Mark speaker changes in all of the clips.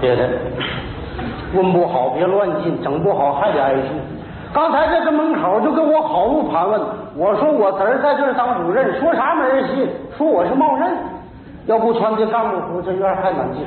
Speaker 1: 写的， 问不好别乱进，整不好还得挨训。刚才这个门口就跟我好不盘问，我说我侄儿在这儿当主任，说啥没人信，说我是冒认，要不穿这干部服，这院儿还难进。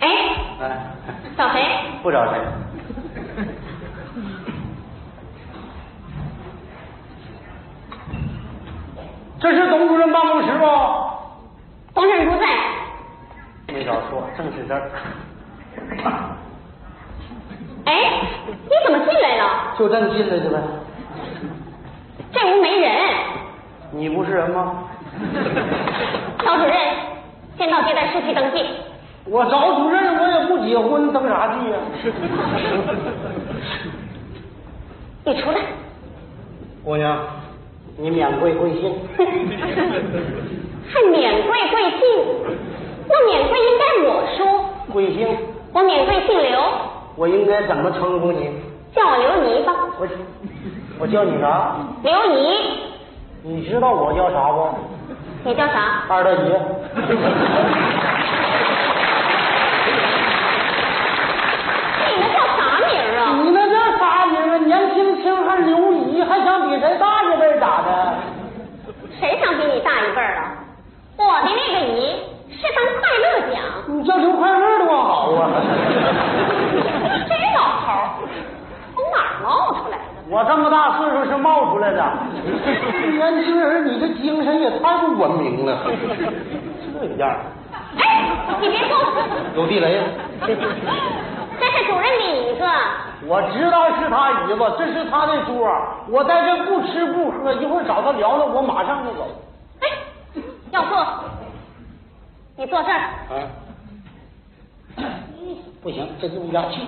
Speaker 2: 哎，
Speaker 1: 哎，
Speaker 2: 找谁？
Speaker 1: 不找谁，这是董主任办公室吗？
Speaker 2: 董事长不在，
Speaker 1: 没找错，正是这儿。
Speaker 2: 哎，你怎么进来了？
Speaker 1: 就这么进来的呗。
Speaker 2: 这屋没人。
Speaker 1: 你不是人吗？
Speaker 2: 赵主任，先到接待室去登记。
Speaker 1: 我找主任，我也不结婚，登啥记呀、
Speaker 2: 你出来。
Speaker 1: 姑娘，你免贵贵姓？
Speaker 2: 还免贵贵姓？那免贵应该我说，
Speaker 1: 贵姓？
Speaker 2: 我免贵姓刘，
Speaker 1: 我应该怎么称呼你？
Speaker 2: 叫我刘妮吧。
Speaker 1: 我我叫你啥？
Speaker 2: 刘妮，
Speaker 1: 你知道我叫啥不？
Speaker 2: 你叫啥？
Speaker 1: 二大爷。
Speaker 2: 你那叫啥名儿啊？
Speaker 1: 你那叫啥名啊？年轻轻还刘姨，还想比谁大一辈咋的？
Speaker 2: 谁想比你大一辈儿啊？我的那个姨是当快乐奖，
Speaker 1: 你叫刘快乐多好啊！
Speaker 2: 真老头儿，从哪儿冒出来的？
Speaker 1: 我这么大岁数是冒出来的，年轻人，你这精神也太不文明了，这样儿
Speaker 2: 哎，你别动，
Speaker 1: 有地雷啊。
Speaker 2: 这是主任的一个。
Speaker 1: 我知道是他姨子，这是他的桌儿，我在这不吃不喝，一会儿找他聊聊，我马上就走。
Speaker 2: 哎，要坐，你坐这儿。
Speaker 1: 啊， 不行，这就压气，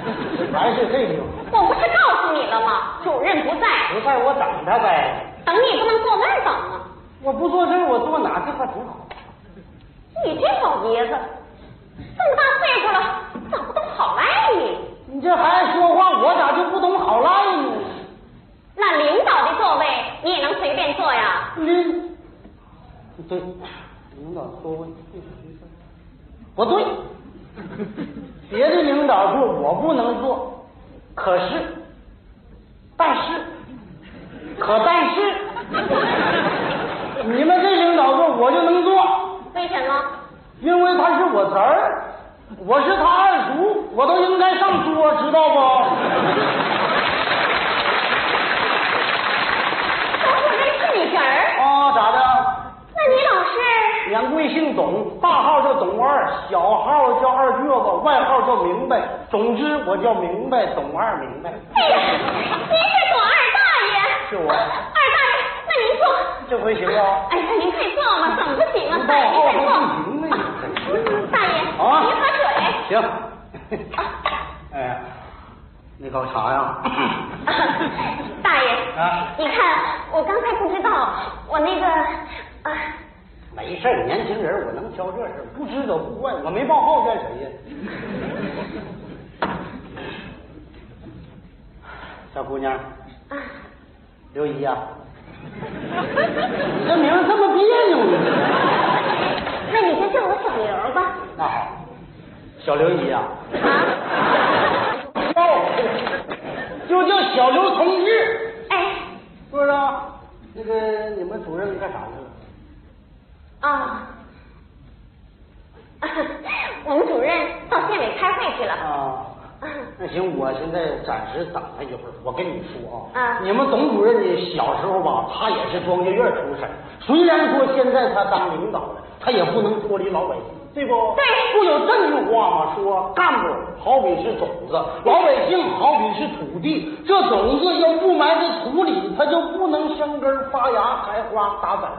Speaker 1: 还是这地方。
Speaker 2: 我不是告诉你了吗？主任不在，
Speaker 1: 不在我等他呗，
Speaker 2: 等你不能坐那儿等啊！
Speaker 1: 我不坐这儿，我坐哪儿这还挺好。
Speaker 2: 你这老爷子，这么大岁数了，咋不懂好赖你？
Speaker 1: 你这孩子说话，我咋就不懂好赖呢？
Speaker 2: 那领导的座位你也能随便坐呀？
Speaker 1: 领，嗯对，领导座位，不对，别的领导座我不能坐，可是，但是，可但是，你们这领导座我就能坐，
Speaker 2: 为什么？
Speaker 1: 因为他是我侄儿，我是他二叔，我都应该上桌，知道不？
Speaker 2: 我主任是你侄儿，
Speaker 1: 啊，咋的？
Speaker 2: 那你老是
Speaker 1: 免贵姓董，大号叫董二，小号叫二倔子，外号叫明白。总之我叫明白，董二明白。
Speaker 2: 哎呀，您是左二大爷，
Speaker 1: 是我
Speaker 2: 二大爷，那您坐。
Speaker 1: 这回行啊？
Speaker 2: 哎呀，您快坐吧，怎么不行啊？
Speaker 1: 你
Speaker 2: 大爷，
Speaker 1: 到后
Speaker 2: 您快
Speaker 1: 头不
Speaker 2: 坐。
Speaker 1: 行了
Speaker 2: 啊大爷，您
Speaker 1: 啊
Speaker 2: 喝水。
Speaker 1: 行。哎，那搞啥呀？
Speaker 2: 大爷，
Speaker 1: 啊
Speaker 2: 你看我刚才不知道，我那个啊，
Speaker 1: 没事儿，年轻人我能挑这事儿，不知者不怪，我没报号怨谁呀？小姑娘，
Speaker 2: 啊
Speaker 1: 刘姨啊呀、你这名儿这么别扭呢？
Speaker 2: 那你就叫我小刘吧。
Speaker 1: 那好，小刘姨呀、
Speaker 2: 啊，
Speaker 1: 啊就叫小刘同志，
Speaker 2: 哎，
Speaker 1: 是不是啊？那个你们主任干啥去了？
Speaker 2: 啊， 我们主任到县委开会去了。嗯
Speaker 1: 啊，那行，我现在暂时等他一会儿。我跟你说啊，
Speaker 2: 啊
Speaker 1: 你们董主任呢，小时候吧，他也是庄稼院出身，虽然说现在他当领导了，他也不能脱离老百姓，对不？
Speaker 2: 对
Speaker 1: 不有这句话吗？说干部好比是种子，老百姓好比是土地，这种子要不埋在土里，它就不能生根发芽、开花、打籽儿，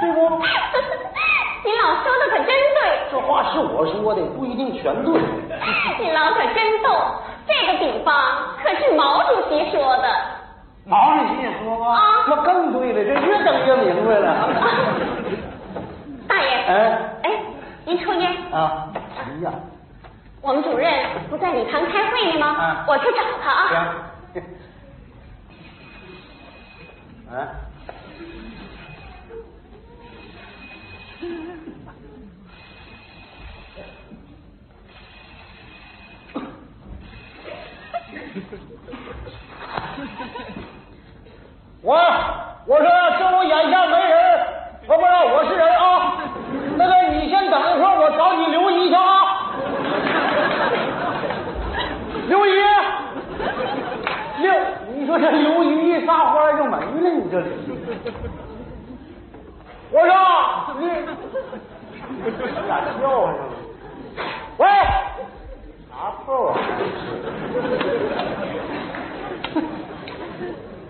Speaker 1: 对不？
Speaker 2: 你老说的可真对，
Speaker 1: 这话是我说的，不一定全对。
Speaker 2: 你老可真逗。这个比方可是毛主席说的。
Speaker 1: 毛主席也说过
Speaker 2: 啊
Speaker 1: 那更对了，这越整越明白了。
Speaker 2: 大爷，
Speaker 1: 哎
Speaker 2: 哎，您抽烟。
Speaker 1: 啊，哎呀，
Speaker 2: 我们主任不在礼堂开会呢吗？
Speaker 1: 啊
Speaker 2: 我去找他啊。
Speaker 1: 行。嗯， 我我说这我眼下没人，我不知道我是人啊。那个你先等一会儿，我找你刘姨去啊。 刘姨，刘，你说这刘姨撒欢就没了，你这。我说你，你咋笑呢？喂，啥臭啊？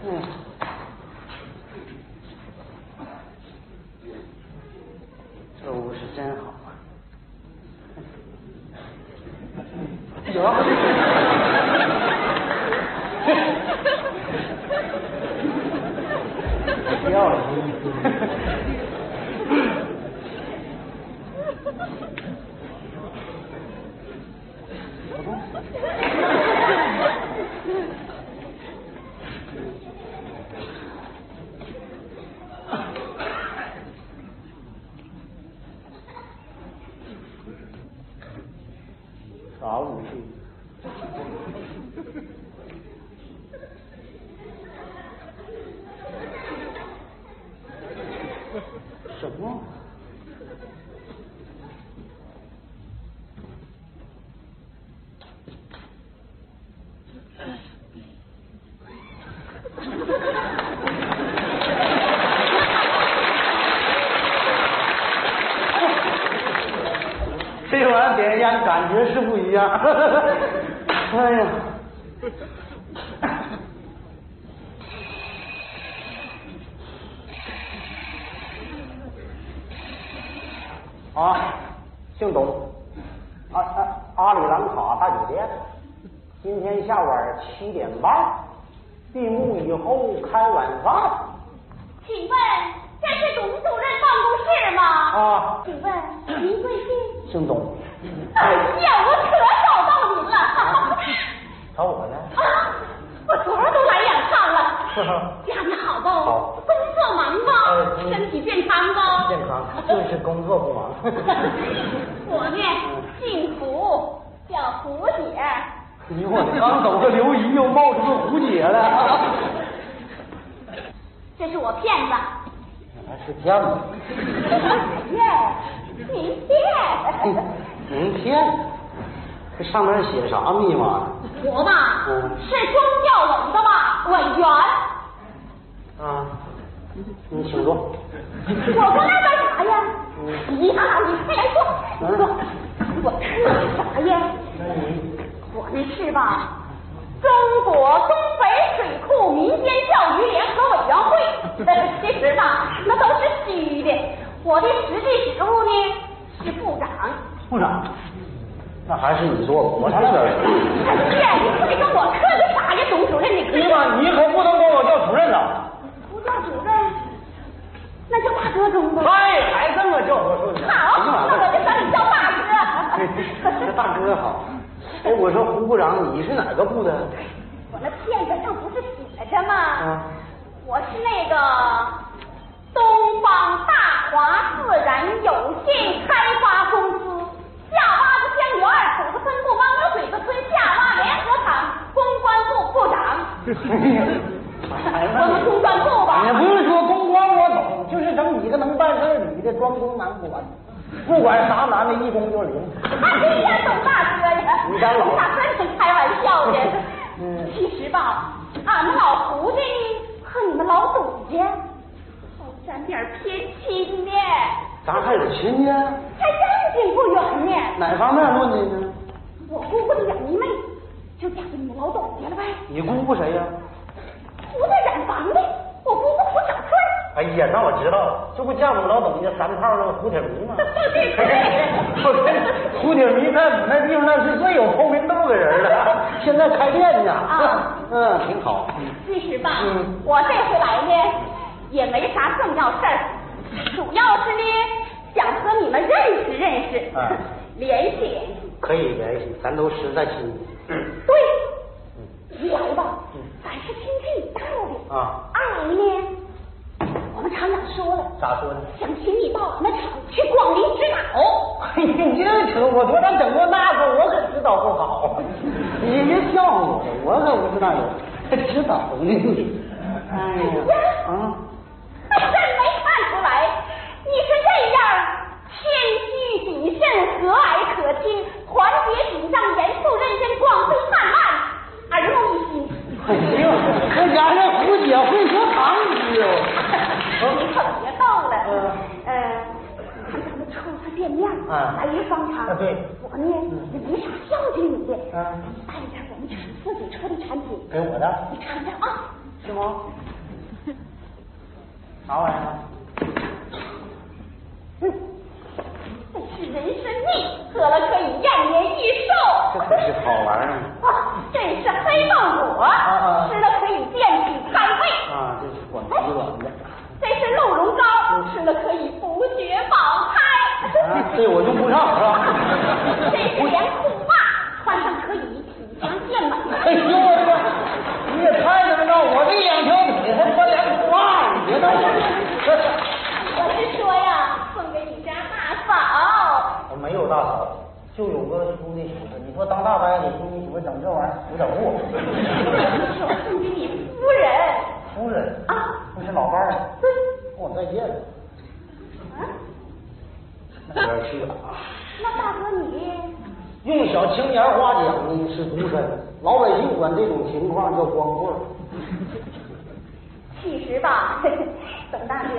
Speaker 1: 嗯。这屋是真好啊！有，不要了。 啥武器？什么？ 这玩意儿给人家感觉是不一样。 哎呀，啊，姓董，阿、啊、阿、阿里兰卡大酒店，今天下晚七点半，闭幕以后开晚饭。
Speaker 2: 请问这是董主任办公室吗？
Speaker 1: 啊
Speaker 2: 请问您贵姓？
Speaker 1: 姓董，
Speaker 2: 哎呀，我可找到您了！
Speaker 1: 啊 找我来。
Speaker 2: 啊，我昨儿都来眼看
Speaker 1: 是吗
Speaker 2: 了。干得好不？
Speaker 1: 好
Speaker 2: 工作忙
Speaker 1: 呃
Speaker 2: 不？
Speaker 1: 嗯
Speaker 2: 身体健康哦不？
Speaker 1: 健康，就是 工作嗯不忙。
Speaker 2: 我呢，姓胡，叫胡姐。
Speaker 1: 你我刚走个刘姨又冒出个胡姐来，
Speaker 2: 这是我骗 子。
Speaker 1: 还是骗子，
Speaker 2: 耶，您
Speaker 1: 哎嗯
Speaker 2: 骗。
Speaker 1: 名片，这上面写啥密码呢？
Speaker 2: 我吧，
Speaker 1: 嗯
Speaker 2: 是庄教委的吧委 员。
Speaker 1: 啊，你请坐。
Speaker 2: 我过来干啥呀？
Speaker 1: 嗯
Speaker 2: 你啊，你快来坐，你坐。我干啥呀？我那是吧？中国东北水库民间教育联合委员会，其实吧，那都是虚的。我的实际职务呢是部长。
Speaker 1: 部长，那还是你坐吧，我才是
Speaker 2: 哎呀，你快跟我客气啥呀，董主任？你客
Speaker 1: 你
Speaker 2: 气
Speaker 1: 妈，你可不能管我叫主任呐！
Speaker 2: 不叫主任，那叫大哥中吧。
Speaker 1: 哎，还这么叫我说你？
Speaker 2: 好，那我就 管你叫大
Speaker 1: 你这
Speaker 2: 哥。
Speaker 1: 大哥好。哎，我说胡部长，你是哪个部的？
Speaker 2: 我那片子上不是写着吗？
Speaker 1: 嗯
Speaker 2: 我是那个东方大华自然有限开发公司下洼子乡园土子村部汪沟水子村下洼联合厂公关部部长。我们公关部吧
Speaker 1: 也。不用说公关我懂，就是整几个能办事儿，你这装工难管，不管啥男的，一公就 灵。
Speaker 2: 哎呀，董大哥呀，
Speaker 1: 你敢老
Speaker 2: 你咋跟你开玩笑呢？
Speaker 1: 嗯
Speaker 2: 其实吧，俺们老胡家和你们老董家，好沾点偏亲的，
Speaker 1: 咱还有亲家，
Speaker 2: 还正经不远呢。
Speaker 1: 哪方面论的呢？
Speaker 2: 我姑姑的养姨妹就嫁给你们老董家了呗，
Speaker 1: 你姑姑谁呀、
Speaker 2: 胡家染房的，我姑姑胡小翠儿。
Speaker 1: 哎呀，那我知道了，这不嫁我们老董家三套那个胡铁迷吗？
Speaker 2: 对对
Speaker 1: 胡铁迷在你那地方那是最有透明度的人了，现在开店呢。
Speaker 2: 啊
Speaker 1: 嗯，挺好。
Speaker 2: 其实吧，
Speaker 1: 嗯
Speaker 2: 我这回来呢也没啥重要事儿，主要是呢想和你们认识认识，
Speaker 1: 哎
Speaker 2: 联系联系。
Speaker 1: 可以联系，咱都实在亲戚。
Speaker 2: 对，一来吧，咱是亲戚一道的。
Speaker 1: 嗯啊
Speaker 2: 二来呢，厂长说了，
Speaker 1: 咋说的？
Speaker 2: 想请你到我们厂去广陵哦指导。
Speaker 1: 嘿，哎你这扯！我说他整过那个，我可知道不好。你别笑话我，我可不是那种指导呢。哎呀，啊，
Speaker 2: 真没看出来，你是这样谦虚谨慎、和蔼可亲、团结紧张、严肃认真、光辉灿烂、耳目一新。
Speaker 1: 哎呦，这家伙胡姐会说唐诗哦。
Speaker 2: 你可别逗了，
Speaker 1: 嗯
Speaker 2: 呃，看咱们初次见面，
Speaker 1: 啊
Speaker 2: 来日方长，
Speaker 1: 啊对嗯
Speaker 2: 我呢也没啥孝敬你的，
Speaker 1: 啊
Speaker 2: 你带点我们厂自己出的产品，
Speaker 1: 给我的，
Speaker 2: 你尝尝啊。
Speaker 1: 是吗？啥玩意儿啊？
Speaker 2: 嗯，真是人参蜜，喝了可以延年益寿。
Speaker 1: 这可是好玩儿啊！
Speaker 2: 哇，这是黑棒果，
Speaker 1: 啊
Speaker 2: 吃了可以健脾开胃。哎
Speaker 1: 啊，这是广西软的。嗯
Speaker 2: 这是鹿茸膏，吃了可以补血保
Speaker 1: 啊
Speaker 2: 胎。，
Speaker 1: 这我用不上是
Speaker 2: 这是
Speaker 1: 吧？
Speaker 2: 连裤袜，穿上可以体强健美。
Speaker 1: 哎呦我操！你也太能让我这两条腿还穿两裤袜，你觉得？
Speaker 2: 我是说呀，送给你家大嫂。
Speaker 1: 我啊没有大嫂，就有个叔的媳妇。你说当大伯给叔的媳妇整这玩意儿，我整
Speaker 2: 我
Speaker 1: 不？
Speaker 2: 是说送给你夫人。
Speaker 1: 夫人
Speaker 2: 啊，
Speaker 1: 不是老伴儿，
Speaker 2: 嗯
Speaker 1: 我再见。
Speaker 2: 啊，
Speaker 1: 那边去了啊。
Speaker 2: 那大哥你。
Speaker 1: 用小青年话讲呢是独身，老百姓管这种情况叫光棍儿。
Speaker 2: 其实吧， 董大哥，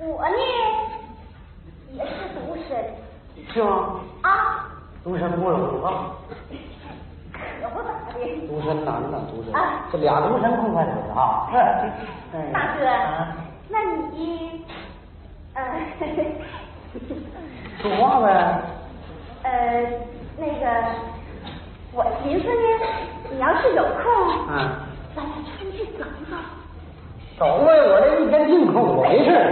Speaker 1: 嗯，
Speaker 2: 我呢也是独身
Speaker 1: 是吗？
Speaker 2: 啊，
Speaker 1: 独身不容易啊，
Speaker 2: 可不咋的。
Speaker 1: 独身男的独身
Speaker 2: 啊，
Speaker 1: 这俩独身痛快点儿啊。哎
Speaker 2: 大哥，
Speaker 1: 啊
Speaker 2: 那你，呃，
Speaker 1: 说话呗。
Speaker 2: 呃，那个，我寻思呢，你要是有空，
Speaker 1: 嗯，
Speaker 2: 咱俩出去走走。
Speaker 1: 走呗，我这一天净空，我没事 儿。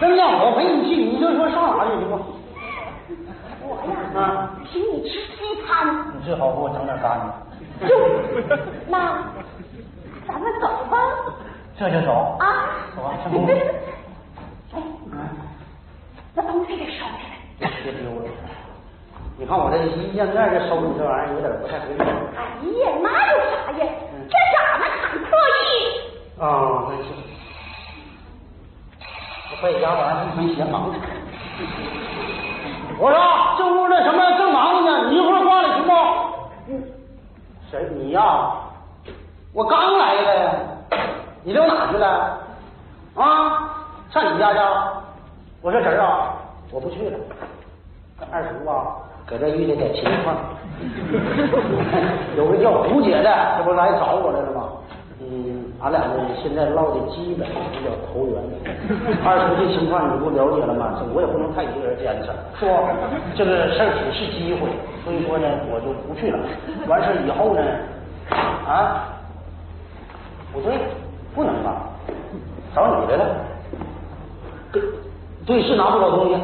Speaker 1: 真的，我陪你去，你就说上哪去行吗？
Speaker 2: 我呀
Speaker 1: 啊，
Speaker 2: 请你吃西餐，
Speaker 1: 你最好给我整点干的，
Speaker 2: 哟，那咱们走吧。
Speaker 1: 这就走
Speaker 2: 啊！
Speaker 1: 走吧，成功。
Speaker 2: 哎，那东西给收起来。
Speaker 1: 别丢了。你看我这一见面就收你这玩意儿，有点不太合适。
Speaker 2: 哎呀，哪有啥呀？这是俺们厂特意。
Speaker 1: 啊，那是。我在家玩意儿没闲忙。我说这屋那什么正忙着呢，你一会儿过来行不？谁你呀、我刚来的，你溜哪去了？啊，上你家去啊？我说侄儿啊，我不去了。二叔啊，搁这遇见点情况， 有个叫胡姐的，这不来找我来了吗？嗯，俺俩呢现在唠的基本比较投缘。二叔这情况你不了解了吗？这我也不能太一个人坚持，是不？这个事儿只是机会，所以说呢，我就不去了。完事儿以后呢，啊，不对，不能吧？找你来了，对，对，是拿不少东西。啊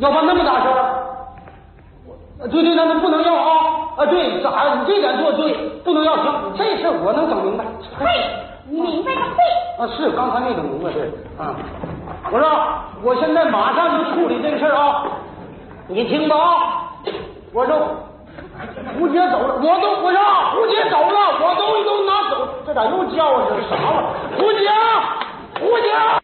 Speaker 1: 要不然那么大事儿？呃对对，那那不能要啊！啊，对，咋？你这点做对，不能要行，这事儿我能整明白。
Speaker 2: 嘿，你明白个屁！
Speaker 1: 啊，是刚才没整明白，对，啊，我说我现在马上就处理这个事儿啊，你听吧啊，我说胡姐走了，我都我说胡姐走了，我东西都拿走，这咋又叫唤这啥玩意儿？胡姐，胡姐。